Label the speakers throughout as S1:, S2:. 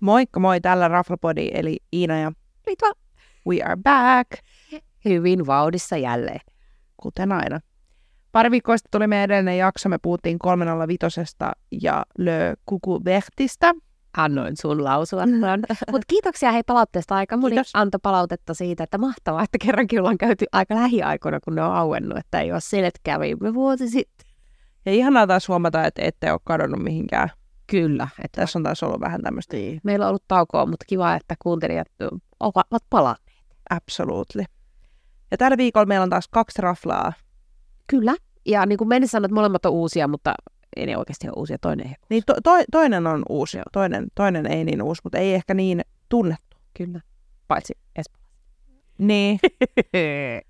S1: Moikka moi, täällä Raflapodi, eli Iina ja Ritva. We are back,
S2: Hyvin vauhdissa jälleen.
S1: kuten aina. Pari viikkoa sitten tuli meidän edellinen jakso, me puhuttiin 305 ja Le Kuku Vertistä.
S2: Annoin sun lausua. Mutta kiitoksia hei palautteesta. Aika moni
S1: Kiitos.
S2: antoi palautetta siitä, että mahtavaa, että kerrankin ollaan käyty aika lähiaikoina, kun ne on auennut. Että ei ole sille, että kävimme vuosi sitten.
S1: Ja ihanaa taas huomata, että ette ole kadonnut mihinkään.
S2: Kyllä. Että
S1: Tässä on taas ollut vähän tämmöistä
S2: meillä on ollut taukoa, mutta kiva, että kuuntelijat ö, ovat palanneet.
S1: absolutely. Ja tällä viikolla meillä on taas kaksi raflaa.
S2: Kyllä. Ja niin kuin Meni sanoi, että molemmat on uusia, mutta ei ne oikeasti ole uusia. Toinen ei.
S1: Niin to, to, toinen on uusi, toinen, toinen ei niin uusi, mutta ei ehkä niin tunnettu.
S2: Kyllä. Paitsi Espoo.
S1: Niin.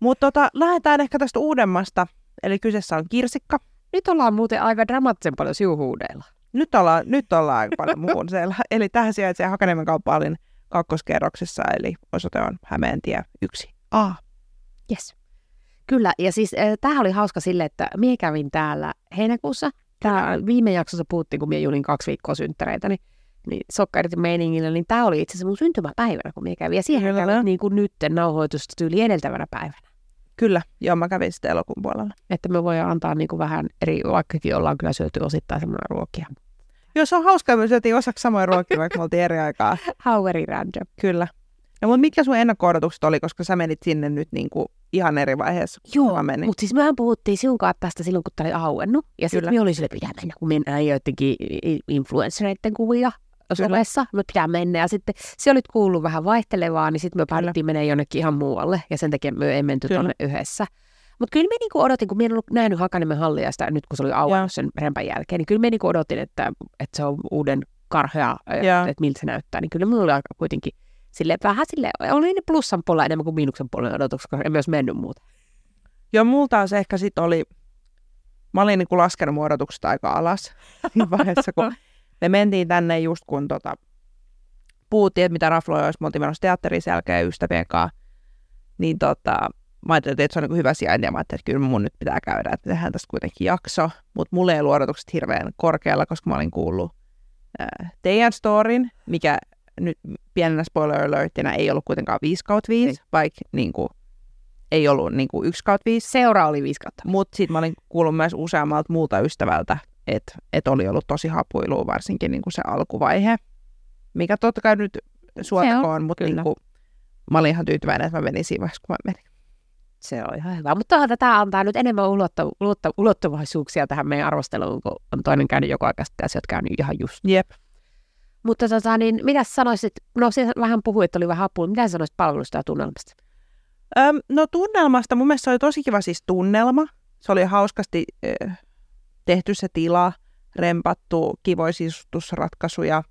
S1: Mutta tota, lähdetään ehkä tästä uudemmasta. Eli kyseessä on kirsikka.
S2: Nyt ollaan muuten aika dramaattisen paljon siuhuudeilla.
S1: Nyt ollaan, nyt ollaan aika paljon muun siellä. Eli tähän sijaitsee Hakaniemen kauppaalin kakkoskerroksessa, eli osoite on Hämeentie 1a.
S2: Yes. Kyllä, ja siis äh, tämähän oli hauska sille, että minä kävin täällä heinäkuussa. Tää viime jaksossa puhuttiin, kun minä julin kaksi viikkoa synttäreitä, niin, niin sokkarit meiningillä, niin tämä oli itse asiassa mun syntymäpäivänä, kun minä kävin. Ja siihen
S1: Kyllä.
S2: kävin niin kuin nyt nauhoitusta tyyli edeltävänä päivänä.
S1: Kyllä, joo, mä kävin sitten elokuun puolella.
S2: Että me voidaan antaa niin kuin vähän eri, vaikkakin ollaan kyllä syöty osittain semmoinen ruokia.
S1: Joo, se on hauskaa, me syötiin osaksi samoin ruokia, vaikka me oltiin eri aikaa.
S2: How very random.
S1: Kyllä. No, mutta mitkä sun ennakko-odotukset oli, koska sä menit sinne nyt niinku ihan eri vaiheessa? kuin
S2: Joo,
S1: mä menin.
S2: Mutta siis mehän puhuttiin sinun kanssa tästä silloin, kun tämä oli auennut. Ja
S1: Kyllä.
S2: sitten me oli sille, pitää mennä, kun mennään joidenkin i- influenssereiden kuvia somessa. Me pitää mennä. Ja sitten se oli kuullut vähän vaihtelevaa, niin sitten me päädyttiin menemään jonnekin ihan muualle. Ja sen takia me ei menty
S1: Kyllä.
S2: tuonne yhdessä. Mutta kyllä me niinku odotin, kun me en ollut nähnyt Hakaniemen hallia sitä nyt, kun se oli
S1: Joo.
S2: auennut sen rempän jälkeen, niin kyllä me niinku odotin, että, että se on uuden karhea,
S1: Joo.
S2: että miltä se näyttää. Niin kyllä minulla oli aika kuitenkin sille vähän sille oli ne plussan puolella enemmän kuin miinuksen puolella odotuksia, koska en myös mennyt muuta.
S1: Joo, mulla taas ehkä sit oli, mä olin niinku laskenut mun odotukset aika alas siinä vaiheessa, kun me mentiin tänne just kun tota, puhuttiin, että mitä rafloja olisi, me oltiin menossa teatteriin sen jälkeen ystävien kanssa, niin tota, mä ajattelin, että se on niinku hyvä sijainti, ja mä ajattelin, että kyllä mun nyt pitää käydä, että tehdään tästä kuitenkin jakso, mutta mulle ei ollut odotukset hirveän korkealla, koska mä olin kuullut ää, teidän storin, mikä nyt pienenä spoiler-löytinä ei ollut kuitenkaan 5 kautta 5, vaikka niinku, ei ollut niinku 1 kautta 5,
S2: Siis Seura oli viisi kautta.
S1: mutta sitten mä olin kuullut myös useammalta muulta ystävältä, että et oli ollut tosi hapuilua, varsinkin niinku se alkuvaihe, mikä totta kai nyt suotkoon, mutta
S2: kyllä.
S1: niinku, mä olin ihan tyytyväinen, että mä menin siinä vaiheessa, kun mä menin.
S2: Se on ihan hyvä. Mutta toisaalta tämä antaa nyt enemmän ulottu, ulottu, ulottuvaisuuksia tähän meidän arvosteluun, kun on toinen käynyt joka aikaa sitten ja sä oot käynyt ihan just.
S1: Jep.
S2: Mutta tota, niin mitä sä sanoisit, no siellä vähän puhuit, että oli vähän apua, mitä sä sanoisit palvelusta ja tunnelmasta?
S1: Öm, no tunnelmasta, mun mielestä se oli tosi kiva siis tunnelma. Se oli hauskasti äh, tehty se tila, rempattu, kivoja sisustusratkaisuja.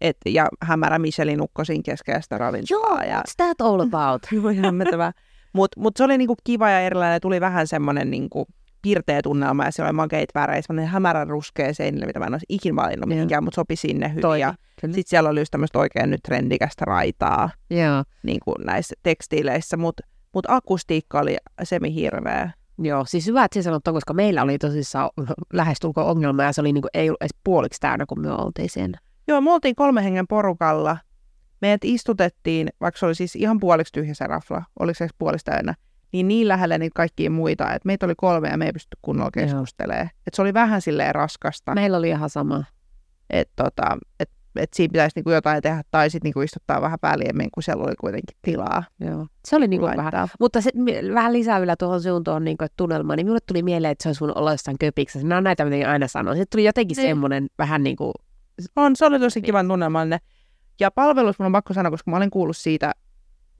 S1: Et, ja hämärä Michelin ukkosin keskellä sitä ravintoa. Ja
S2: What's that all about?
S1: Joo, hämmentävää. Mutta mut se oli niinku kiva ja erilainen. Tuli vähän semmoinen niinku pirteä tunnelma ja siellä oli makeit värejä, semmoinen hämärän ruskea seinille, mitä mä en olisi ikinä valinnut
S2: Joo.
S1: mihinkään, mutta sopi sinne hyvin.
S2: Toimi.
S1: Ja
S2: Kyllä.
S1: sitten siellä oli just tämmöistä oikein nyt trendikästä raitaa
S2: Joo.
S1: niin kuin näissä tekstiileissä, mutta mut akustiikka oli semi hirveä.
S2: Joo, siis hyvä, että sä sanot ton, koska meillä oli tosissaan lähestulkoon ongelma ja se oli niinku, ei ollut edes puoliksi täynnä, kun me oltiin siinä.
S1: Joo, me oltiin kolme hengen porukalla. Meidät istutettiin, vaikka se oli siis ihan puoliksi tyhjä se rafla, oliko se edes puoliksi täynnä, niin niin lähellä niitä kaikkia muita, että meitä oli kolme ja me ei pystytty kunnolla
S2: Joo.
S1: keskustelemaan. Et se oli vähän silleen raskasta,
S2: Meillä oli ihan sama.
S1: että tota, et, et siinä pitäisi niinku jotain tehdä tai sitten niinku istuttaa vähän väljemmin, kun siellä oli kuitenkin tilaa.
S2: Joo. Se oli niinku vähän
S1: laittaa.
S2: Mutta se, mi- vähän lisää vielä tuohon suuntaan niin tunnelmaan, niin minulle tuli mieleen, että se olisi voinut olla jossain köpiksessä. Nämä on näitä, mitä minä aina sanon. Se tuli jotenkin
S1: Niin.
S2: semmoinen vähän niin kuin,
S1: On, se oli
S2: Niin.
S1: tosi kivan tunnelmallinen. Ja palvelus mun on pakko sanoa, koska mä olin kuullut siitä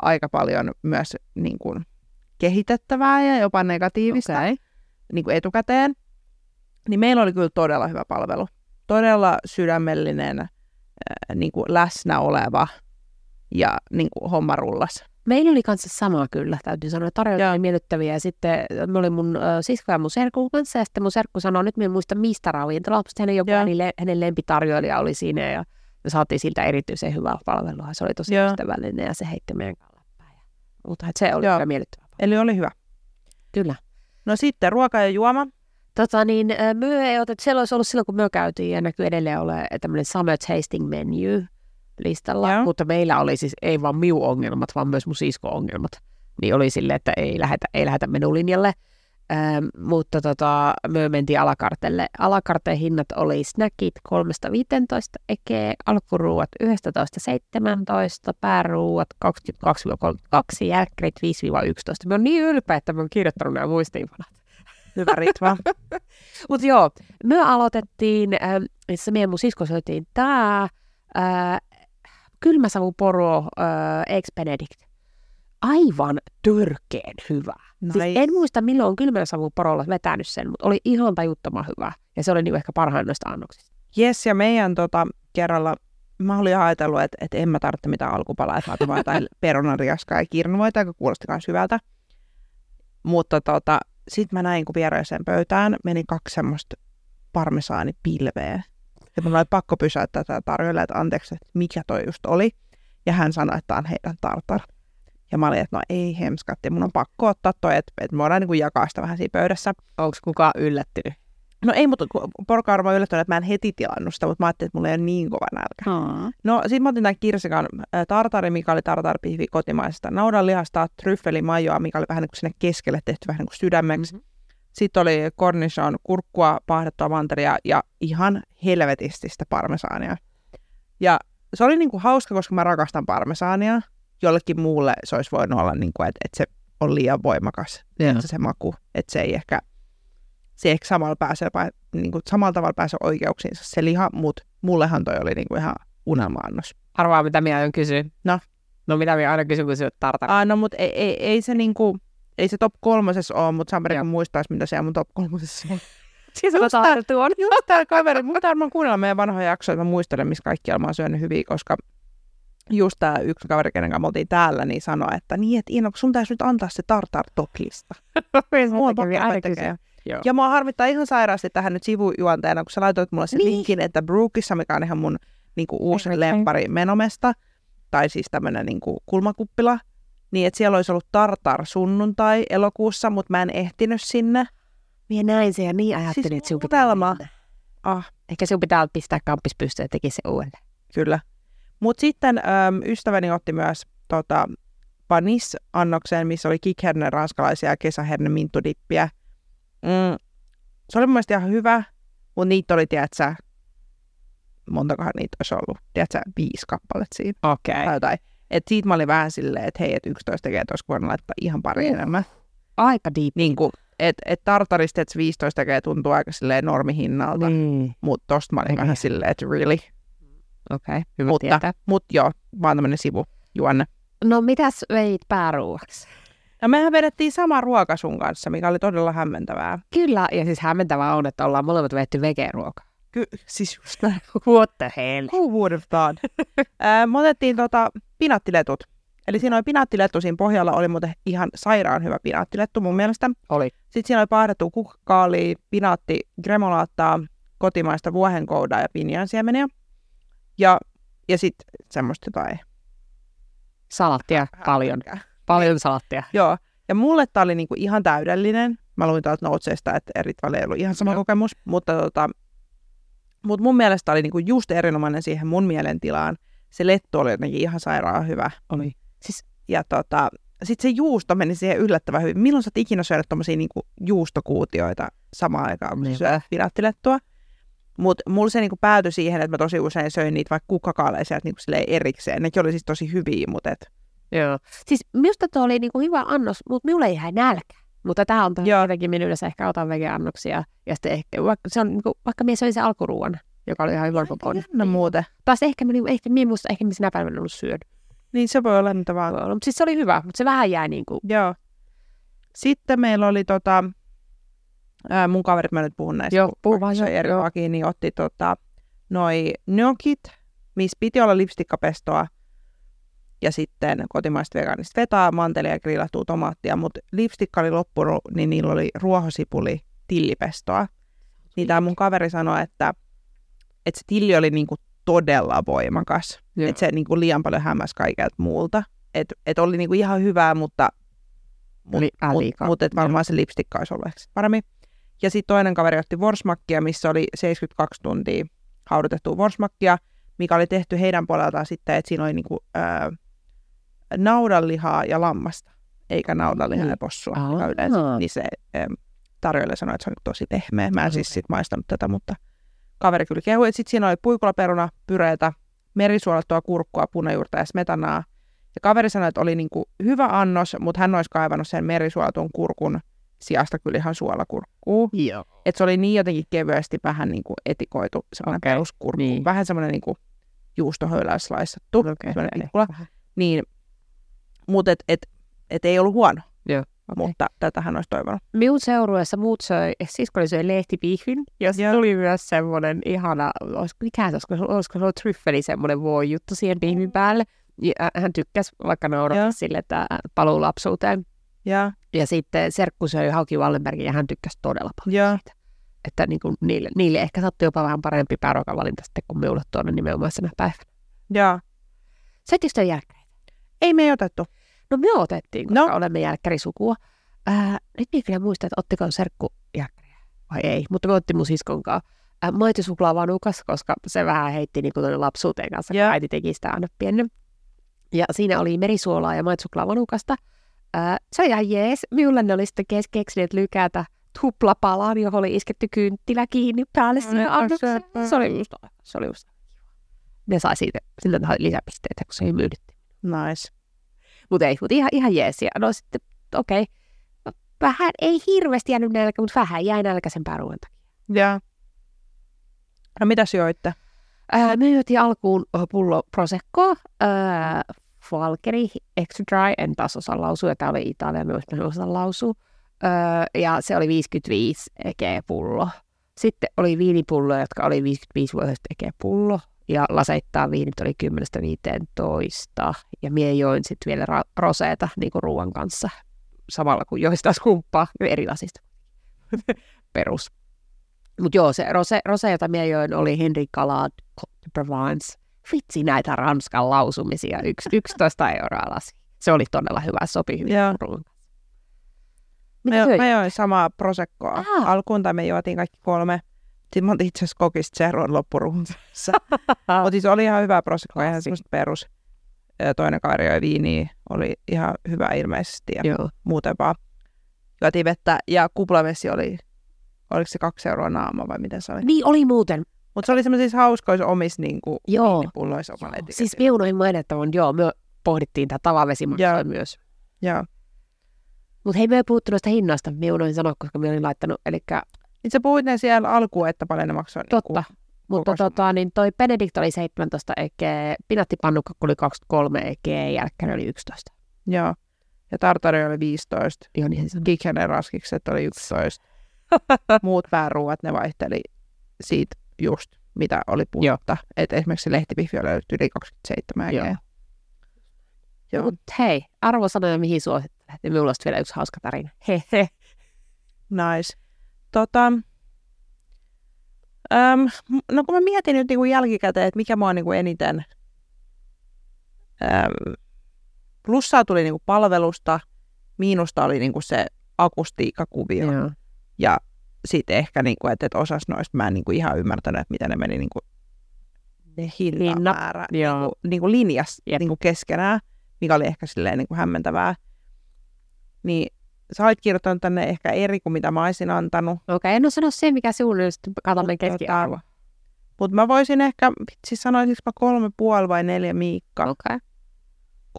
S1: aika paljon myös niin kuin, kehitettävää ja jopa negatiivista okay. niin kuin etukäteen. Niin meillä oli kyllä todella hyvä palvelu. Todella sydämellinen, äh, niin kuin läsnä oleva ja niin kuin homma rullas.
S2: Meillä oli kanssa sama kyllä, täytyy sanoa. Tarjoilut
S1: Joo.
S2: oli miellyttäviä ja sitten äh, me oli mun ö, sisko ja mun serkun kanssa ja sitten mun serkku sanoi, nyt minä en muista mistä ravintola, mutta hänen, joku,
S1: Joo.
S2: hänen, le- hänen lempitarjoilija oli siinä ja me saatiin siltä erityisen hyvää palvelua. Se oli tosi
S1: Joo.
S2: ystävällinen ja se heitti meidän kanssa läppää. ja- Mutta se oli
S1: Joo.
S2: kyllä miellyttävää.
S1: Eli oli hyvä.
S2: Kyllä.
S1: No sitten ruoka ja juoma.
S2: Tota niin, ö, myö ei otettu, siellä olisi ollut silloin, kun myö käytiin ja näkyy edelleen ole tämmöinen summer tasting menu listalla,
S1: Joo.
S2: mutta meillä oli siis ei vaan miu ongelmat, vaan myös mun sisko ongelmat. Niin oli sille, että ei lähetä, ei lähetä menulinjalle. Ähm, mutta tota, me mentiin alakartelle. Alakarteen hinnat oli snackit 3-15 ekee, alkuruuat 11-17, pääruuat 22-32, jälkkärit 5-11. Me on niin ylpeä, että me on kirjoittanut nämä muistiinpanot.
S1: Hyvä Ritva.
S2: Mutta joo, me aloitettiin, äh, missä me ja mun sisko syötiin tää äh, kylmäsavu poro äh, ex Benedict. Aivan törkeen hyvä. Siis
S1: Nice.
S2: en muista milloin on kylmän savun porolla vetänyt sen, mutta oli ihan tajuttoman hyvä. Ja se oli niinku ehkä parhain noista annoksista.
S1: Jes, ja meidän tota, kerralla mä olin ihan ajatellut, että, että en mä tarvitse mitään alkupalaa, että mä otan jotain perunariaskaa ja kirnuvoita, joka kuulosti myös hyvältä. Mutta tota, sit mä näin, kun vieraiseen pöytään meni kaksi semmoista parmesaanipilveä. Ja mä oli pakko pysäyttää tätä tarjolla, että anteeksi, että mikä toi just oli. Ja hän sanoi, että tää on heidän tartar. Ja mä olin, että no ei hemskatti, mun on pakko ottaa toi, että, että me voidaan niin kuin jakaa sitä vähän siinä pöydässä.
S2: Onko kukaan yllättynyt?
S1: No ei, mutta kun porukka on varmaan yllättynyt, että mä en heti tilannut sitä, mutta mä ajattelin, että mulla ei ole niin kova nälkä.
S2: Hmm.
S1: No sit mä otin tämän kirsikan äh, tartari, mikä oli tartaripihvi kotimaisesta naudanlihasta, tryffelimajoa, mikä oli vähän niin kuin sinne keskelle tehty vähän niin kuin sydämeksi.
S2: Mhm.
S1: Mm-hmm. Sitten oli cornichon kurkkua, paahdettua manteria ja ihan helvetisti sitä parmesaania. Ja se oli niin kuin hauska, koska mä rakastan parmesaania. Jollekin muulle se olisi voinut olla, niin kuin, että, että se on liian voimakas
S2: Yeah.
S1: se, se maku, että se ei ehkä, se ei ehkä samalla, pääse, niin kuin, samalla tavalla pääse oikeuksiinsa se liha, mutta mullehan toi oli niin kuin ihan unelma-annos.
S2: Arvaa, mitä minä aion kysyä.
S1: No.
S2: No mitä minä aina kysyn, kun syöt tartar.
S1: Ah, no mutta ei, ei, ei, se niin kuin, ei se top kolmosessa ole, mutta Samari
S2: Joo.
S1: kun muistaisi, mitä siellä mun top kolmosessa on.
S2: siis
S1: just tää-
S2: on.
S1: Just täällä kaveri, mun pitää varmaan kuunnella meidän vanhoja jaksoja, että mä muistelen, missä kaikkialla mä oon syönyt hyviä, koska just tää yksi kaveri, kenen kanssa me oltiin täällä, niin sanoi, että niin, että Iino, kun sun täytyy nyt antaa se tartar toplista. Mua on pakko
S2: Niin, aina
S1: ruveta
S2: kysyä.
S1: tekemään. Ja mua harmittaa ihan sairaasti tähän nyt sivujuonteena, kun sä laitoit mulle sen
S2: Niin.
S1: niin. linkin, että Brookissa, mikä on ihan mun niinku, uusi
S2: Favorite
S1: lempari menomesta, tai siis tämmönen niinku, kulmakuppila, niin että siellä olisi ollut tartar sunnuntai elokuussa, mutta mä en ehtinyt sinne.
S2: Minä näin sen ja niin ajattelin,
S1: Siis
S2: että sinun pitää
S1: unelma.
S2: mennä.
S1: Ah,
S2: Ehkä sinun pitää pistää kamppis pystyyn ja teki se uudelleen.
S1: kyllä. Mutta sitten äm, ystäväni otti myös tota, panis-annokseen, missä oli kikherne ranskalaisia ja kesäherne mintudippiä. Mm, se oli mun mielestä ihan hyvä, mutta niitä oli, tiedätkö, montakohan niitä olisi ollut, tiedätkö, viisi kappaletta siinä
S2: Okei.
S1: tai jotain. Et siitä mä olin vähän silleen, että hei, että 11 tekee, että olisi voinut laittaa ihan pari
S2: Mm.
S1: enemmän.
S2: Aika deep.
S1: Niin kuin, et, et tartarista, että 15 tekee tuntuu aika silleen normihinnalta, mm.
S2: Niin.
S1: mutta tosta mä olin
S2: Eikä.
S1: vähän silleen, että really.
S2: Okei, okay. hyvä
S1: Mutta-
S2: tietää.
S1: Mut joo, vaan tämmönen sivujuonne.
S2: No mitäs veit pääruuaksi?
S1: Ja mehän vedettiin sama ruoka sun kanssa, mikä oli todella hämmentävää.
S2: Kyllä, ja siis hämmentävää on, että ollaan molemmat vetty vegeruokaa.
S1: Ky- siis just näin.
S2: What the hell?
S1: Who would have thought? Ää, me otettiin tota, pinaattiletut. Eli siinä oli pinaattilettu, siinä pohjalla oli muuten ihan sairaan hyvä pinaattilettu mun mielestä.
S2: Oli.
S1: Sitten siinä oli paahdettu kukkakaalia, pinaatti, gremolaattaa, kotimaista vuohenkoudaa ja pinjansiemeniä. Ja, ja sitten semmoista jotain.
S2: Salattia paljon, paljon salattia.
S1: Joo. Ja mulle tämä oli niinku ihan täydellinen. Mä luin täältä noutseista, että Eritvalle ei ollut ihan sama
S2: Joo.
S1: kokemus. Mutta tota, mut mun mielestä tää oli niinku just erinomainen siihen mun mielentilaan. Se lettu oli jotenkin ihan sairaan hyvä.
S2: Oli.
S1: Ja tota, sitten se juusto meni siihen yllättävän hyvin. Milloin sä oot ikinä syönyt tommosia niinku juustokuutioita samaan aikaan, kun sä
S2: Niinpä.
S1: syöt pinaattilettua? Mutta mulla se niinku päätyi siihen, että mä tosi usein söin niitä vaikka kukkakaaleja sieltä niinku silleen erikseen. Nekin oli siis tosi hyviä, mutta et,
S2: Joo. Siis minusta tuo oli niinku hyvä annos, mutta minulle ei jäi nälkä. Mutta tämä on
S1: Joo.
S2: tähän jotenkin minä yleensä ehkä otan vegeannoksia. Ja sitten ehkä, vaikka, se on, niinku, vaikka minä söin sen alkuruuan, joka oli ihan hyvä kokoinen.
S1: jännä muuten.
S2: Taas ehkä, minä, ehkä, minä muista, ehkä minä sinä päivänä en ollut syönyt.
S1: Niin se voi olla mitä vaan.
S2: Mutta siis se oli hyvä, mutta se vähän jäi niinku,
S1: Joo. Sitten meillä oli tota, ää, mun kaverit, mä nyt puhun näistä.
S2: Joo,
S1: kun
S2: puhu vaan,
S1: se
S2: joo,
S1: eri
S2: joo.
S1: lakiin, niin otti tota, noi nökit, missä piti olla lipstikkapestoa ja sitten kotimaista vegaanista vetaa, mantelia ja grillattua tomaattia, mutta lipstikka oli loppunut, niin niillä oli ruohosipuli tillipestoa. Niin tämä mun kaveri sanoi, että, että se tilli oli niinku todella voimakas.
S2: Joo.
S1: Että se niinku liian paljon hämäsi kaikelta muulta. Että et oli niinku ihan hyvää, mutta
S2: oli
S1: mutta
S2: liikaa.
S1: mut, et varmaan se lipstikka olisi ollut ehkä sit paremmin. Ja sitten toinen kaveri otti vorsmakkia, missä oli 72 tuntia haudutettua vorsmakkia, mikä oli tehty heidän puoleltaan sitten, että siinä oli niinku, öö, naudanlihaa ja lammasta, eikä naudanlihaa ja possua.
S2: Aa.
S1: mikä Yleensä, niin se öö, tarjoilija sanoi, että se on niinku tosi pehmeä. Mä en siis sit maistanut tätä, mutta kaveri kyllä kehui. Sitten siinä oli puikulaperuna, pyreitä, merisuolattua kurkkua, punajuurta ja smetanaa. Ja kaveri sanoi, että oli niinku hyvä annos, mutta hän olisi kaivannut sen merisuolatun kurkun sijasta kyllä ihan suolakurkkuu.
S2: Joo.
S1: Et se oli niin jotenkin kevyesti vähän niin kuin etikoitu semmoinen
S2: Okei,
S1: okay, peruskurkku.
S2: niin.
S1: Niin. Vähän semmoinen niin kuin juustohöyläys slaissattu.
S2: Okei,
S1: semmoinen
S2: niin,
S1: pikkula.
S2: vähän.
S1: Niin, mutta et, et, et ei ollut huono,
S2: Joo. Okay.
S1: mutta tätähän olisi toivonut.
S2: Minun seurueessa muut söi, siskoni söi lehtipihvin, jos
S1: Joo.
S2: tuli myös semmoinen ihana, olisiko, mikä se, olisiko, se- olisiko se ollut tryffeli semmoinen voi juttu siihen pihvin päälle. Ja ä- hän tykkäsi, vaikka
S1: Joo.
S2: noudatti sille, että ä, paluu lapsuuteen.
S1: Ja,
S2: Ja sitten serkku söi hauki Wallenbergin ja hän tykkäsi todella paljon.
S1: ja.
S2: Että niin kuin niille, niille ehkä sattui jopa vähän parempi pääruokavalinta sitten kuin minulle tuonne nimenomaan senä päivänä.
S1: ja.
S2: Söittekö te jälkkäriä?
S1: Ei me ei otettu.
S2: No me otettiin, koska
S1: No.
S2: olemme jälkkärisukua. Ää, nyt minä kyllä muista, että ottiko serkku jälkkäriä vai ei, mutta me otti mun siskon kanssa. Ää, Mä otin suklaavanukas, koska se vähän heitti niin kuin lapsuuteen kanssa, kun
S1: Joo.
S2: äiti teki sitä aina pienen. Ja siinä oli merisuolaa ja maitsuklaavanukasta. Ää, Äh, se oli ihan jees. Minulle ne oli sitten kes- keksineet lykätä tuplapalan, johon oli isketty kynttilä kiinni päälle
S1: No,
S2: sinne
S1: nyt on
S2: annokseen.
S1: söpö.
S2: Se oli just, se oli just. Ne sai siitä, siltä lisäpisteitä, kun se ei myynyt
S1: Nice.
S2: mutta ei, mutta ihan, ihan jees. Ja no sitten, okei. No, Vähän, ei hirveästi jäänyt nälkä, mutta vähän jäi nälkä sen pääruoan takia.
S1: Ja. No mitäs joitte?
S2: Ää, me juotiin alkuun ö, pullo Proseccoa, ää, Valkeri, Extra Dry, en taas osaa lausua, tämä oli Italia, myös mä en osaa lausua. Ää, Öö, ja se oli 55 ekeä-pullo. Sitten oli viinipulloja, jotka oli 55 vuotiaista ekeä-pullo. Ja laseittaa viinit oli 10-15. Ja mie join sitten vielä ra- roseeta niin ruoan kanssa. Samalla kun join taas kumppaa eri lasista. Perus. Mutta joo, se rose, rose, jota mie join, oli Henri Calade Côte de Provence. Vitsi näitä Ranskan lausumisia. Yks, 11 euroa lasi. Se oli todella hyvä, sopi hyvin
S1: Joo.
S2: ruoan kanssa.
S1: Me,
S2: Mitä syöit?
S1: me join samaa prosekkoa
S2: Ah.
S1: alkuun, tai me juotiin kaikki kolme. Sitten mä otin itse asiassa kokista seruun loppuruunsa. Mutta siis oli ihan hyvä prosekko, ihan semmoista perus. Ö, Toinen kaveri joi viiniä, oli ihan hyvä ilmeisesti ja
S2: Joo.
S1: muuten vaan juotiin vettä. Ja kuplamessi oli, oliko se kaksi euroa naama vai miten se oli?
S2: Niin oli muuten.
S1: Mutta se oli semmoisissa hauskoissa omissa niinku
S2: Joo.
S1: pulloissa oman
S2: Joo,
S1: etiketillä.
S2: Siis miunoin mainittavan, joo, me pohdittiin tätä tavavesimaksaa
S1: Joo.
S2: myös.
S1: Joo.
S2: Mutta hei, me ei puhuttu noista hinnoista, me unoin sanoa, koska me olin laittanut, eli
S1: Niin sä puhuit ne siellä alkuun, että paljon ne maksoi.
S2: totta.
S1: Niinku,
S2: Mutta
S1: kokoisumma.
S2: tota, niin toi Benedict oli 17 ekeä, pinattipannukka oli 23 ekeä, jälkkäri oli 11.
S1: joo. Ja tartari oli 15.
S2: Joo, niin se sanoi.
S1: Kikenen raskikset oli 11. Muut pääruuat, ne vaihteli siitä just, mitä oli puhetta. Et esimerkiksi se lehtipihvi oli yli 27
S2: Joo.
S1: Joo. Joo.
S2: Mutta hei, arvosanoja mihin suosittelet. Ja minulla on sit vielä yksi hauska tarina. Hehe.
S1: Nice. Tota, äm, no kun mä mietin nyt niinku jälkikäteen, että mikä mua niinku eniten... Äm, plussaa tuli niinku palvelusta, miinusta oli niinku se akustiikkakuvio.
S2: Joo.
S1: Ja sitten ehkä, niin kuin, että, että osas noista mä en niin kuin, ihan ymmärtänyt, että miten ne meni niin kuin, ne hintamäärä niin
S2: Joo.
S1: kuin, niin kuin linjas
S2: Jep.
S1: yep. niin kuin keskenään, mikä oli ehkä silleen niin kuin hämmentävää. Niin sä olit kirjoittanut tänne ehkä eri kuin mitä mä olisin antanut.
S2: Okei, okay, no sano se, mikä sinulla on, sitten katsomme
S1: Mut tota,
S2: keskiarvo.
S1: Mutta mä voisin ehkä, vitsi sanoisinko mä kolme puoli vai neljä miikkaa.
S2: Okei. Okay.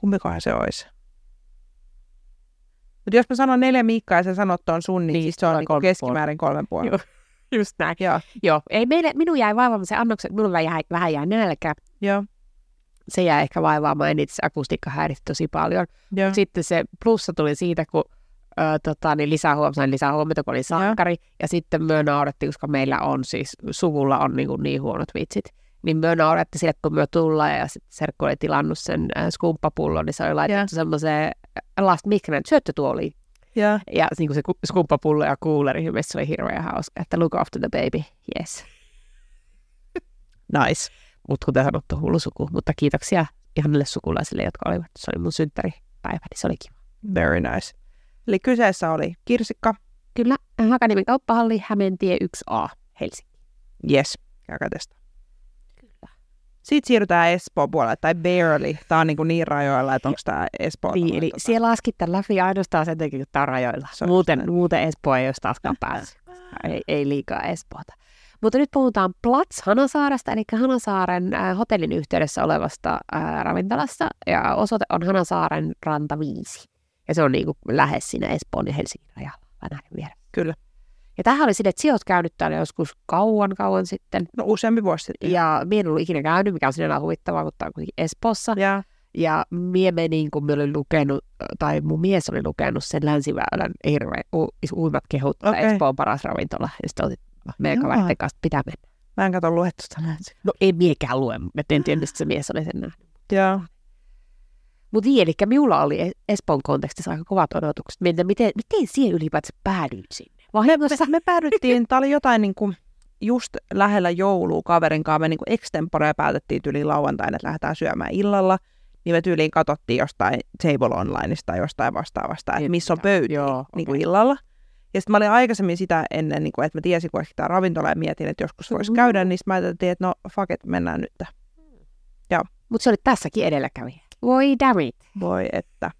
S1: Kummikohan se olisi? Mutta jos mä sanon neljä miikkaa ja sä sanot tuon sun, niin,
S2: Niin,
S1: niin se on
S2: tulee
S1: niinku
S2: kolme puoli.
S1: keskimäärin kolmen puolen.
S2: Joo. Just näin.
S1: Joo,
S2: Joo, ei meille, minun jäi vaivaamaan se annokset, minulla jäi, vähän jäi nälkä.
S1: joo,
S2: Se jäi ehkä vaivaamaan, eniten se akustiikka häiritti tosi paljon.
S1: joo.
S2: Sitten se plussa tuli siitä, kun ö, tota, niin lisää huomioon, sain lisää huomiota, kun oli sankari. Ja, sitten myö naurettiin, koska meillä on siis, suvulla on niin, kuin niin huonot vitsit. Niin myö naurettiin sille, kun myö tullaan ja sitten Serkku oli tilannut sen äh, skumppapullon, niin se oli laitettu semmoiseen äh, last mikronen syöttötuoliin.
S1: joo.
S2: Ja niin kuin se ku- skumppapullo ja kuuleri, niin se oli hirveän hauska, että look after the baby, yes.
S1: Nice.
S2: Mutta kuten sanottu, hullu suku. Mutta kiitoksia ihanille sukulaisille, jotka olivat. Se oli mun synttäripäivä, niin se oli kiva.
S1: Very nice. Eli kyseessä oli kirsikka,
S2: Kyllä, Hakaniemen kauppahalli Hämeentie 1A Helsinki.
S1: Yes, käykää testaa. Sitten siirrytään Espoon puolelle, tai barely. Tämä on niin, kuin niin rajoilla, että onko tämä Espoo.
S2: Niin, eli
S1: tota-
S2: siellä laskin tämän läpi ainoastaan sen takia, kun tämä on rajoilla.
S1: Se on just
S2: Muuten, muuten Espoo ei olisi taaskaan päässyt. Ei, ei liikaa Espoota. Mutta nyt puhutaan Plats Hanasaaresta, eli Hanasaaren äh, hotellin yhteydessä olevasta äh, ravintolassa. Ja osoite on Hanasaaren ranta 5. Ja se on niinku lähes siinä Espoon ja Helsingin rajalla, Vänärin vieressä.
S1: Kyllä.
S2: Ja tämähän oli sinne, että sinä olet käynyt täällä joskus kauan kauan sitten.
S1: No useampi vuosi sitten.
S2: Ja minä en ollut ikinä käynyt, mikä on sinällään huvittavaa, mutta on kuitenkin Espoossa.
S1: ja.
S2: Ja mie menin, kun mä olin lukenut, tai mun mies oli lukenut sen länsiväylän hirveän u- is- uimmat kehut, että
S1: Okei.
S2: Espoo on paras ravintola. Ja sitten otit meidän
S1: Joo.
S2: kaveritten kanssa, että pitää mennä.
S1: Mä en kato luettu tänään.
S2: No ei miekään lue, mä en tiedä, mistä se mies oli sen nähnyt.
S1: Joo.
S2: Mutta niin, eli minulla oli Es- Espoon kontekstissa aika kovat odotukset. Mietin, miten, miten siihen ylipäätään päädyit sinne? Vahingossa?
S1: Me päädyttiin, tämä oli jotain niin kuin just lähellä joulua kaverin kanssa. Me niin extemporea päätettiin tyyliin lauantaina, että lähdetään syömään illalla. Niin me tyyliin katsottiin jostain Table Onlineista tai jostain vastaavasta, että
S2: Niin,
S1: missä on
S2: joo,
S1: pöytiä
S2: joo,
S1: niin
S2: okei.
S1: kuin illalla. Ja sitten mä olin aikaisemmin sitä ennen, niin kuin, että mä tiesin, kun ehkä tämä ravintola ja mietin, että joskus voisi
S2: Mhm.
S1: käydä, niin sit mä ajattelin, että no fuck it, mennään nyt.
S2: Mutta se oli tässäkin edelläkävijä. Voi damn it.
S1: Voi että.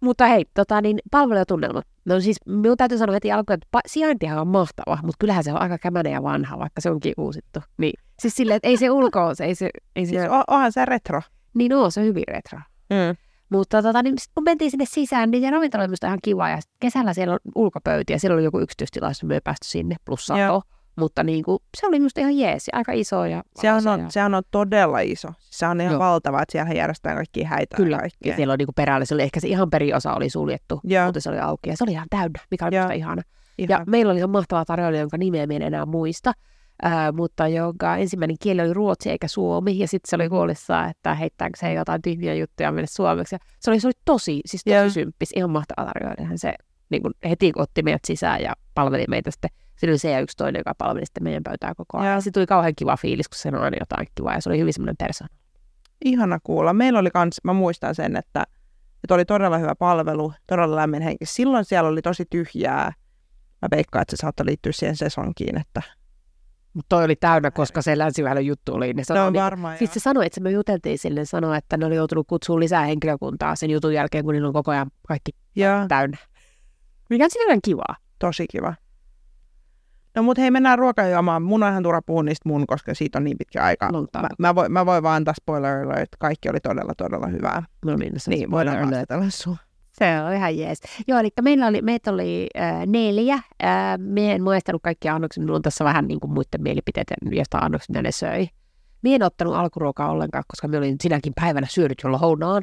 S2: Mutta hei, tota, niin palvelutunnelma. No siis minun täytyy sanoa heti alkuun, että pa- sijaintihan on mahtava, mutta kyllähän se on aika kämänen ja vanha, vaikka se onkin uusittu. Niin. Siis silleen, että ei se ulkoa, se ei se... Ei se
S1: Siis o- onhan se retro.
S2: Niin oo, se on hyvin retro.
S1: Mm.
S2: Mutta tota, niin sit kun mentiin sinne sisään, niin se ravintola oli musta ihan kiva. Ja sit kesällä siellä on ulkopöytiä, siellä oli joku yksityistilaisuus, me ei päästy sinne, plus
S1: Joo.
S2: sato. Mutta niin kuin, se oli musta ihan jees, ja aika iso ja
S1: Sehän
S2: valoisa ja-
S1: on, sehän on todella iso. Se on ihan
S2: Joo.
S1: valtava, että siellä järjestetään kaikki häitä ja
S2: Kyllä, ja
S1: kaikkea.
S2: siellä on niinku perällä, se oli ehkä se ihan periosa oli suljettu,
S1: Joo.
S2: mutta se oli auki ja se oli ihan täynnä, mikä oli
S1: Joo.
S2: musta ihana. Ja
S1: Ihan.
S2: meillä oli ihan mahtava tarjoilija, jonka nimeä minä en enää muista, ää, mutta jonka ensimmäinen kieli oli ruotsi eikä suomi. Ja sitten se oli huolissaan, että heittääkö se jotain tyhmiä juttuja meille suomeksi. Ja se oli, se oli tosi, siis tosi
S1: Joo.
S2: yeah. symppis, ihan mahtava tarjoilija. Hän Se niin kun heti kun otti meidät sisään ja palveli meitä sitten. Siinä oli se ja yksi toinen, joka palveli sitten meidän pöytää koko ajan.
S1: Joo.
S2: Yeah. Sitten tuli kauhean kiva fiilis, kun se on aina jotain kivaa. Ja se oli hyvin semmoinen persoona.
S1: ihana kuulla. Meillä oli kans, mä muistan sen, että, että oli todella hyvä palvelu, todella lämmin henki. Silloin siellä oli tosi tyhjää. Mä veikkaan, että se saattoi liittyä siihen sesonkiin, että
S2: Mutta toi oli täynnä, koska se länsiväylän juttu oli. niin Ne
S1: no,
S2: sanoi,
S1: varmaan
S2: Sitten Siis se sanoi, että me juteltiin sille, sanoi, että ne oli joutunut kutsumaan lisää henkilökuntaa sen jutun jälkeen, kun niillä on koko ajan kaikki
S1: ja,
S2: täynnä. Mikä on sinällään kivaa.
S1: tosi kiva. No mut hei, mennään ruokajuomaan. Mun on ihan turha puhua niistä mun, koska siitä on niin pitkä aika.
S2: No,
S1: Mä, mä, voin, mä voin vaan antaa spoiler alert, että kaikki oli todella, todella hyvää.
S2: no niin, se
S1: Niin, voidaan asetella sun.
S2: Se on ihan jees. Joo, eli meillä oli, meitä oli äh, neljä. Äh, me en muistanut kaikkia annoksia. Minulla on tässä vähän niin kuin muiden mielipiteitä, josta annoksia mitä ne söi. Mie en ottanut alkuruokaa ollenkaan, koska me olin sinäkin päivänä syönyt jo lounaan.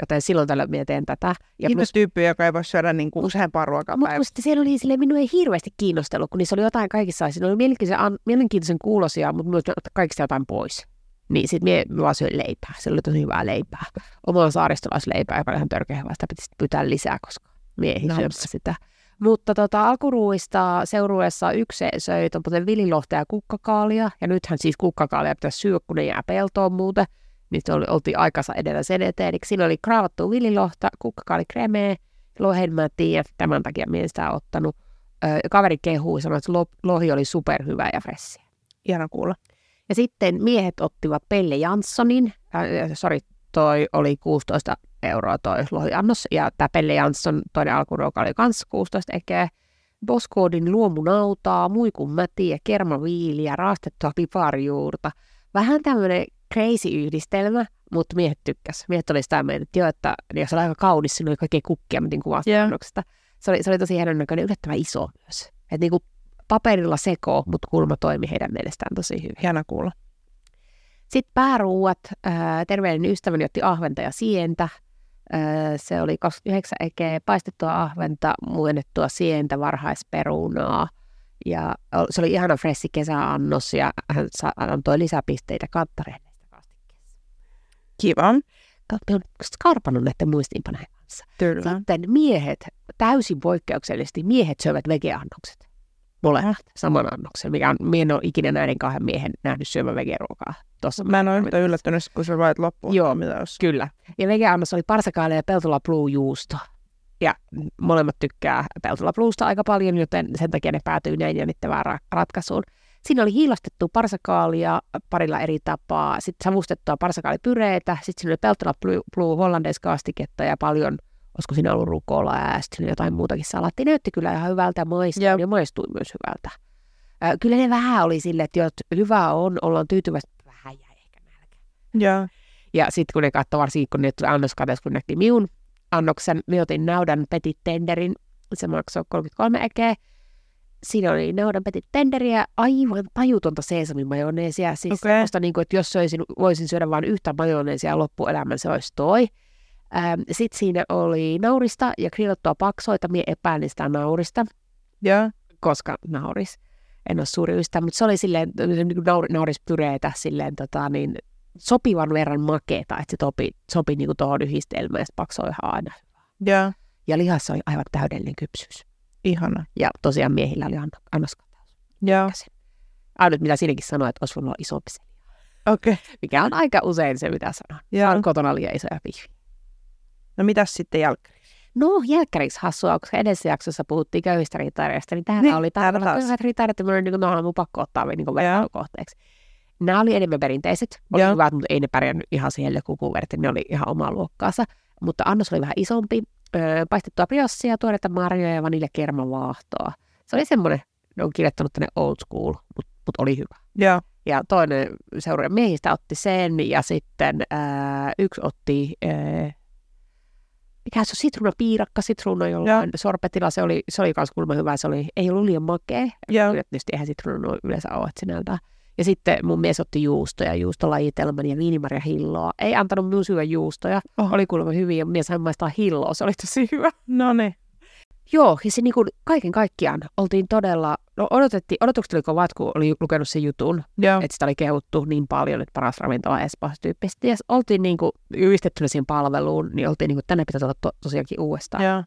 S2: Joten silloin tällä mie teen
S1: Niin,
S2: tätä. Ja
S1: Kiitos tyyppi, joka ei voi syödä niin kuin useampaa ruokaa
S2: Mutta
S1: päivässä.
S2: kun sitten siellä oli silleen, minua ei hirveästi kiinnostellut, kun niissä oli jotain kaikissa. Siinä oli mielenkiintoisen, an- mielenkiintoisen kuulosia, mutta minä olisin ottaa kaikista jotain pois. Niin sitten minä, minä vaan syön leipää. Se oli tosi hyvää leipää. Omaa saaristolaisleipää, joka oli ihan törkeä hyvää. Sitä piti sit pyytää lisää, koska miehi
S1: No.
S2: no. sitä. Mutta tota, alkuruuista seurueessa yksi söi tuommoisen vililohta ja kukkakaalia. Ja nythän siis kukkakaalia pitäisi syödä, kun ne jää peltoon muuten. Niin se oli, oltiin aikansa edellä sen eteen. Eli siinä oli kraavattu vililohta, kukkakaali kremee, lohen mä en tiedä, tämän takia mä en sitä ottanut. Ö, kaveri kehuu ja sanoi, että lo- lohi oli superhyvä ja fressi.
S1: Ihana kuulla.
S2: Ja sitten miehet ottivat Pelle Janssonin, äh, sori, toi oli 16 euroa toi lohiannos, ja tämä Pelle Jansson toinen alkuruoka oli kans 16 ekeä. Boskoodin luomunautaa, muikun mätiä, kermaviiliä, raastettua piparjuurta. Vähän tämmöinen crazy yhdistelmä, mutta miehet tykkäs. Miehet oli sitä mieltä, että joo, että ja se oli aika kaunis, siinä oli kaikkea kukkia, miten kuvasta
S1: Joo.
S2: yeah. se, oli, se oli tosi hienon näköinen, yllättävän iso myös. Et niinku paperilla seko, mutta kulma toimi heidän mielestään tosi hyvin.
S1: Ihana kuulla.
S2: Sitten pääruuat. Äh, terveellinen ystäväni otti ahventa ja sientä. Äh, se oli 29 ekeä paistettua ahventa, muennettua sientä, varhaisperunaa. Ja o- se oli ihana fressi kesäannos ja hän sa- antoi lisäpisteitä kantarehdeistä kastikkeessa.
S1: Kiva.
S2: Ka- Mä oon skarpannut näiden muistiinpanojen kanssa.
S1: Kyllä.
S2: Sitten miehet, täysin poikkeuksellisesti, miehet syövät vegeannokset.
S1: Ah.
S2: Molemmat saman annoksen, mikä on, mie en ole ikinä näiden kahden miehen nähnyt syömän vegeruokaa. Tuossa
S1: Mä en ole yhtään yllättynyt, kun sä lait loppuun.
S2: Joo.
S1: Mitä jos?
S2: Kyllä. Ja vegeannos oli parsakaaleja ja peltola blue juusto. Ja molemmat tykkää Peltola Bluesta aika paljon, joten sen takia ne päätyy näin jännittävään ra- ratkaisuun. Siinä oli hiilastettua parsakaalia parilla eri tapaa, sitten savustettua parsakaalipyreitä, sitten siinä oli Peltola Blue, Blue hollandaiskaastiketta ja paljon, olisiko siinä ollut rukola ja sitten siinä oli jotain muutakin salaattia. Näytti kyllä ihan hyvältä maistui,
S1: Jep.
S2: ja maistui myös hyvältä. Ö, Kyllä ne vähän oli silleen, että, joo, että hyvä on, ollaan tyytyväistä, vähän jäi ehkä nälkä.
S1: Joo.
S2: Ja sitten kun ne katsoi varsinkin, kun ne tuli annoskates, kun näki minun annoksen, me otin naudan petit tenderin, se maksoi 33 ekeä. Siinä oli naudan petit tenderiä, aivan tajutonta seesamimajoneesia. Siis
S1: Okei.
S2: okay. niin kuin, että jos söisin, voisin syödä vain yhtä majoneesia loppuelämän, se olisi toi. Sitten siinä oli naurista ja grillattua paksoita, mie epäilin sitä naurista
S1: Joo.
S2: koska nauris. En ole suuri ystävä, mutta se oli silleen, niin kuin naur, naurispyreetä silleen tota, niin, sopivan verran makeeta, että se topi, sopi niin kuin tuohon yhdistelmään ja sit paksoi ihan aina.
S1: Joo.
S2: Ja lihassa oli aivan täydellinen kypsyys.
S1: Ihana.
S2: Ja tosiaan miehillä oli anno- annoskataus.
S1: Joo.
S2: Ainut mitä siinäkin sanoi, että olisi voinut olla isompi se,
S1: Okei. Okay.
S2: mikä on aika usein se, mitä sanon.
S1: Joo.
S2: On kotona liian isoja pihviä.
S1: No mitäs sitten jälkeen?
S2: No, jälkkäriksi hassua, koska edellisessä jaksossa puhuttiin köyhistä ritareista, niin täällä
S1: Niin,
S2: niin, oli
S1: täällä
S2: täällä
S1: taas.
S2: köyhät ritarit, ja niin kuin, no, on mun pakko ottaa niin kuin
S1: Joo.
S2: vertailukohteeksi. Nämä oli enemmän perinteiset, oli
S1: Joo.
S2: hyvät, mutta ei ne pärjännyt ihan siihen lökukuun verran, ne oli ihan omaa luokkaansa. Mutta annos oli vähän isompi, öö, paistettua briossia, tuoreita marjoja ja vaniljakermavaahtoa. Se oli semmoinen, ne on kirjoittanut tänne old school, mutta mut oli hyvä.
S1: Joo.
S2: Ja toinen seuraaja miehistä otti sen ja sitten ää, yksi otti, ää, mikä se on, sitruunapiirakka, sitruuna jollain sorpetilla. Se oli, se oli kans kuulemma hyvä, se oli, ei ollut liian makea.
S1: Joo.
S2: Kyllä tietysti eihän sitruuna noin yleensä ole että sinältään. Ja sitten mun mies otti juustoja, juustolajitelman ja viinimarja hilloa. Ei antanut minun syödä juustoja.
S1: Oho.
S2: Oli kuulemma hyviä ja mies hän maistaa hilloa. Se oli tosi hyvä.
S1: No niin.
S2: Joo, ja se niin kuin kaiken kaikkiaan oltiin todella, no odotettiin, odotukset oli kovat, kun oli lukenut sen jutun
S1: Joo.
S2: että sitä oli kehuttu niin paljon, että paras ravintola Espoossa tyyppisesti. Ja s- oltiin niin kuin yhdistettynä siihen palveluun, niin oltiin niin kuin, tänne pitää tulla to, tosiaankin uudestaan. Ja.
S1: Joo.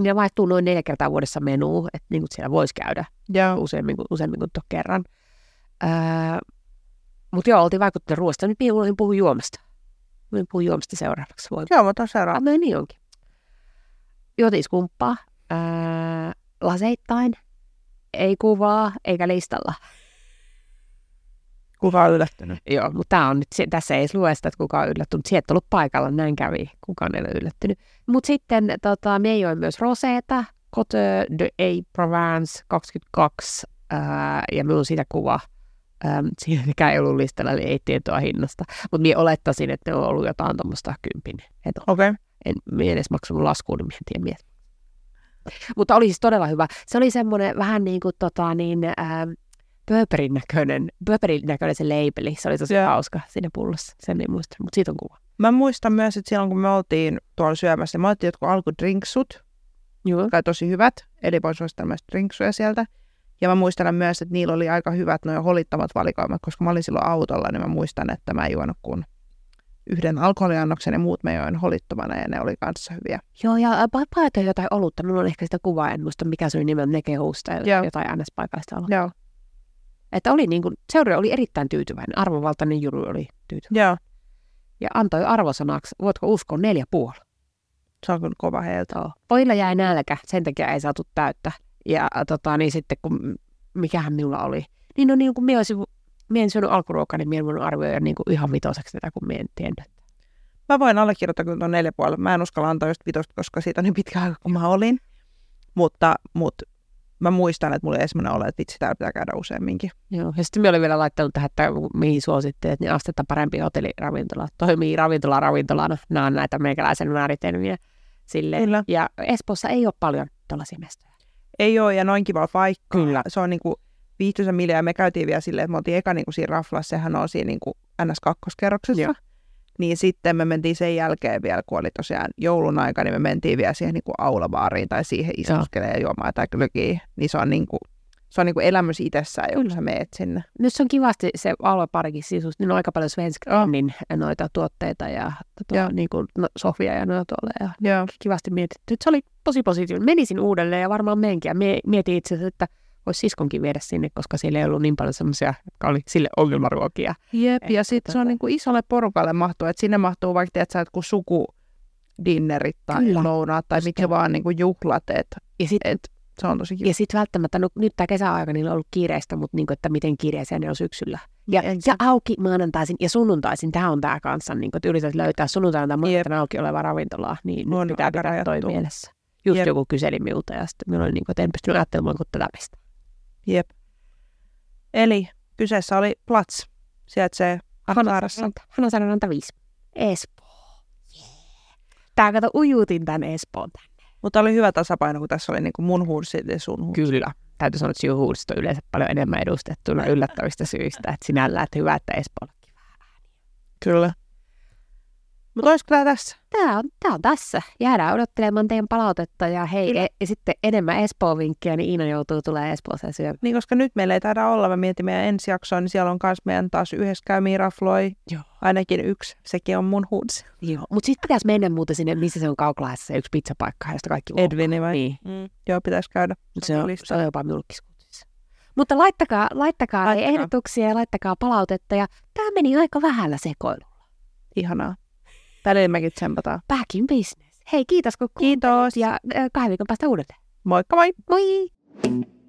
S2: Niillä vaihtuu noin neljä kertaa vuodessa menu, että niin kuin siellä voisi käydä
S1: Joo.
S2: useammin kuin, useammin kuin tuon kerran. Öö, Mutta joo, oltiin vaikuttanut ruoasta. Nyt minä unohdin puhua juomasta. Minä puhun juomasta seuraavaksi. Voi
S1: Joo, mutta seuraava.
S2: Ah, no niin onkin. Juotiin skumppaa, öö, laseittain, ei kuvaa eikä listalla.
S1: Kuka on yllättynyt?
S2: Joo, mutta tämä on nyt, se, tässä ei edes lue sitä, että kuka on yllättynyt. Sieltä ollut paikalla, näin kävi, kukaan ei ole yllättynyt. Mutta sitten tota, me join myös Roseeta, Cote de A Provence 22, ää, ja minulla on siitä kuva. Äm, siinä mikä ei ollut listalla, eli ei tietoa hinnasta. Mutta minä olettaisin, että ne on ollut jotain tuommoista kympin. Et
S1: Okei. Okay.
S2: en mie edes maksanut laskuun, niin mie en tiedä mies. Mutta oli siis todella hyvä. Se oli semmoinen vähän niin kuin tota, niin, ähm, Pööperin näköinen, Pööperin näköinen se leipeli. Se oli tosi
S1: Joo.
S2: yeah. hauska siinä pullossa. Sen ei muista, mutta siitä on kuva.
S1: Mä muistan myös, että silloin kun me oltiin tuolla syömässä, niin me oltiin jotkut alkudrinksut,
S2: Joo.
S1: jotka oli tosi hyvät, eli voin suositella myös drinksuja sieltä. Ja mä muistan myös, että niillä oli aika hyvät noin holittavat valikoimat, koska mä olin silloin autolla, niin mä muistan, että mä en juonut kuin yhden alkoholiannoksen ja muut mä join holittomana ja ne oli kanssa hyviä.
S2: Joo, ja ä, pa- paitoin jotain olutta. Minulla on ehkä sitä kuvaa, en muista mikä se oli nimeltä, ne kehuus tai
S1: Joo.
S2: jotain NS-paikallista ollut.
S1: Joo.
S2: Että oli niin kuin, seura oli erittäin tyytyväinen. Arvovaltainen juru oli tyytyväinen.
S1: Joo.
S2: Ja antoi arvosanaksi, voitko uskoa, neljä puoli.
S1: Se on kyllä kova heiltä.
S2: Joo. Pojilla jäi nälkä, sen takia ei saatu täyttä. Ja äh, tota, niin sitten kun, mikähän minulla oli. Niin no niin, kun minä olisin, minä en syönyt alkuruokaa, niin minä en voinut arvioida niin kuin ihan vitoseksi tätä, kun minä en tiennyt.
S1: Mä voin allekirjoittaa kyllä tuon neljä puolella. Mä en uskalla antaa just vitosta, koska siitä on niin pitkä aika, kun mä olin. Mutta, mutta mä muistan, että mulla ei semmoinen ole, että vitsi, täällä pitää käydä useamminkin.
S2: Joo. Ja sitten minä olin vielä laittanut tähän, että mihin suositteet, niin astetta parempi hotelliravintola. Toimii ravintola ravintolana. Nämä on näitä meikäläisen määritelmiä. Silleen.
S1: Kyllä.
S2: Ja Espoossa ei ole paljon tällaisia mestoja.
S1: Ei ole, ja noin kiva paikka.
S2: Kyllä.
S1: Se on niinku viihtyisä miljoa, ja me käytiin vielä silleen, että me oltiin eka niinku siinä raflassa, sehän on siinä niinku NS2-kerroksessa.
S2: Joo.
S1: Niin sitten me mentiin sen jälkeen vielä, kun oli tosiaan joulun aika, niin me mentiin vielä siihen niinku aulabaariin tai siihen istuskelemaan ja juomaan jotain glögiä. Niin se on niinku, se on niinku elämys itsessään, kun
S2: Kyllä.
S1: sä meet sinne.
S2: Nyt se on kivasti se alueparikin sisus, niin on aika paljon Svenskanin noita tuotteita ja,
S1: Joo.
S2: tota, niin kuin, no, sofia ja noita tuolla ja
S1: Joo.
S2: kivasti mietitty. Se oli tosi positiivinen. Menisin uudelleen ja varmaan menkin. Ja mie- mietin itse asiassa, että voisi siskonkin viedä sinne, koska siellä ei ollut niin paljon semmoisia, jotka oli sille ongelmaruokia.
S1: Jep, ja
S2: Että
S1: sitten se on
S2: tota-
S1: niinku isolle porukalle mahtuu, että sinne mahtuu vaikka tiedät, sä, jotkut suku dinnerit tai
S2: Kyllä.
S1: lounaat tai
S2: Just
S1: mitkä
S2: näin.
S1: vaan niin kuin juhlat, että
S2: Ja sitten
S1: et, se on tosi kiva.
S2: ja sit välttämättä, no, nyt tämä kesäaika niillä on ollut kiireistä, mutta niin kuin, että miten kiireisiä ne on syksyllä. Ja,
S1: Niin,
S2: ja auki maanantaisin ja sunnuntaisin, tämä on tämä kanssa, niin kuin, että yrität löytää sunnuntaina tai maanantaina auki olevaa ravintolaa, niin nyt
S1: On
S2: pitää
S1: aika
S2: pitää toi
S1: rajattua.
S2: mielessä. Just
S1: Jep.
S2: joku kyseli minulta ja sitten minulla oli niin kuin, että en pystynyt ajattelemaan kuin tätä mistä.
S1: Eli kyseessä oli Plats, sijaitsee Aksaarassa.
S2: Hanasaaren ranta 5. Espoo. Yeah. Tää kato ujuutin tämän Espoon.
S1: Mutta oli hyvä tasapaino, kun tässä oli niin kuin mun huursit ja sun huursit.
S2: Kyllä. Täytyy sanoa, että Sjuhuudesta on yleensä paljon enemmän edustettuna yllättävistä syistä. Että sinällään, että hyvä, että Espoollakin.
S1: Kyllä. Mutta olisiko tämä tässä?
S2: Tämä on, tää on tässä. Jäädään odottelemaan teidän palautetta. Ja hei, e- ja sitten enemmän Espoo-vinkkiä, niin Iina joutuu tulemaan Espooseen syömään.
S1: Niin, koska nyt meillä ei taida olla, mä mietin meidän ensi jaksoa, niin siellä on myös meidän taas yhdessä käymiä rafloi.
S2: Joo.
S1: Ainakin yksi, sekin on mun huursi.
S2: Joo. Mutta sitten pitäisi mennä muuten sinne, missä se on Kauklahdessa, se yksi pizzapaikka, josta kaikki on.
S1: Edwini vai?
S2: Niin.
S1: Mm. Joo, pitäisi käydä.
S2: Mut Se on,
S1: Lista.
S2: se on jopa julkiskutsissa. Mutta laittakaa, laittakaa, laittakaa.
S1: Laittakaa.
S2: ehdotuksia ja laittakaa palautetta. Ja tämä meni aika vähällä sekoilulla.
S1: Ihanaa. Välillä mekin tsempataan.
S2: Back in business. Hei, kiitos kun kuuntelit.
S1: Kiitos.
S2: Ja äh, kahden viikon päästä uudelleen.
S1: Moikka moi!
S2: Moi!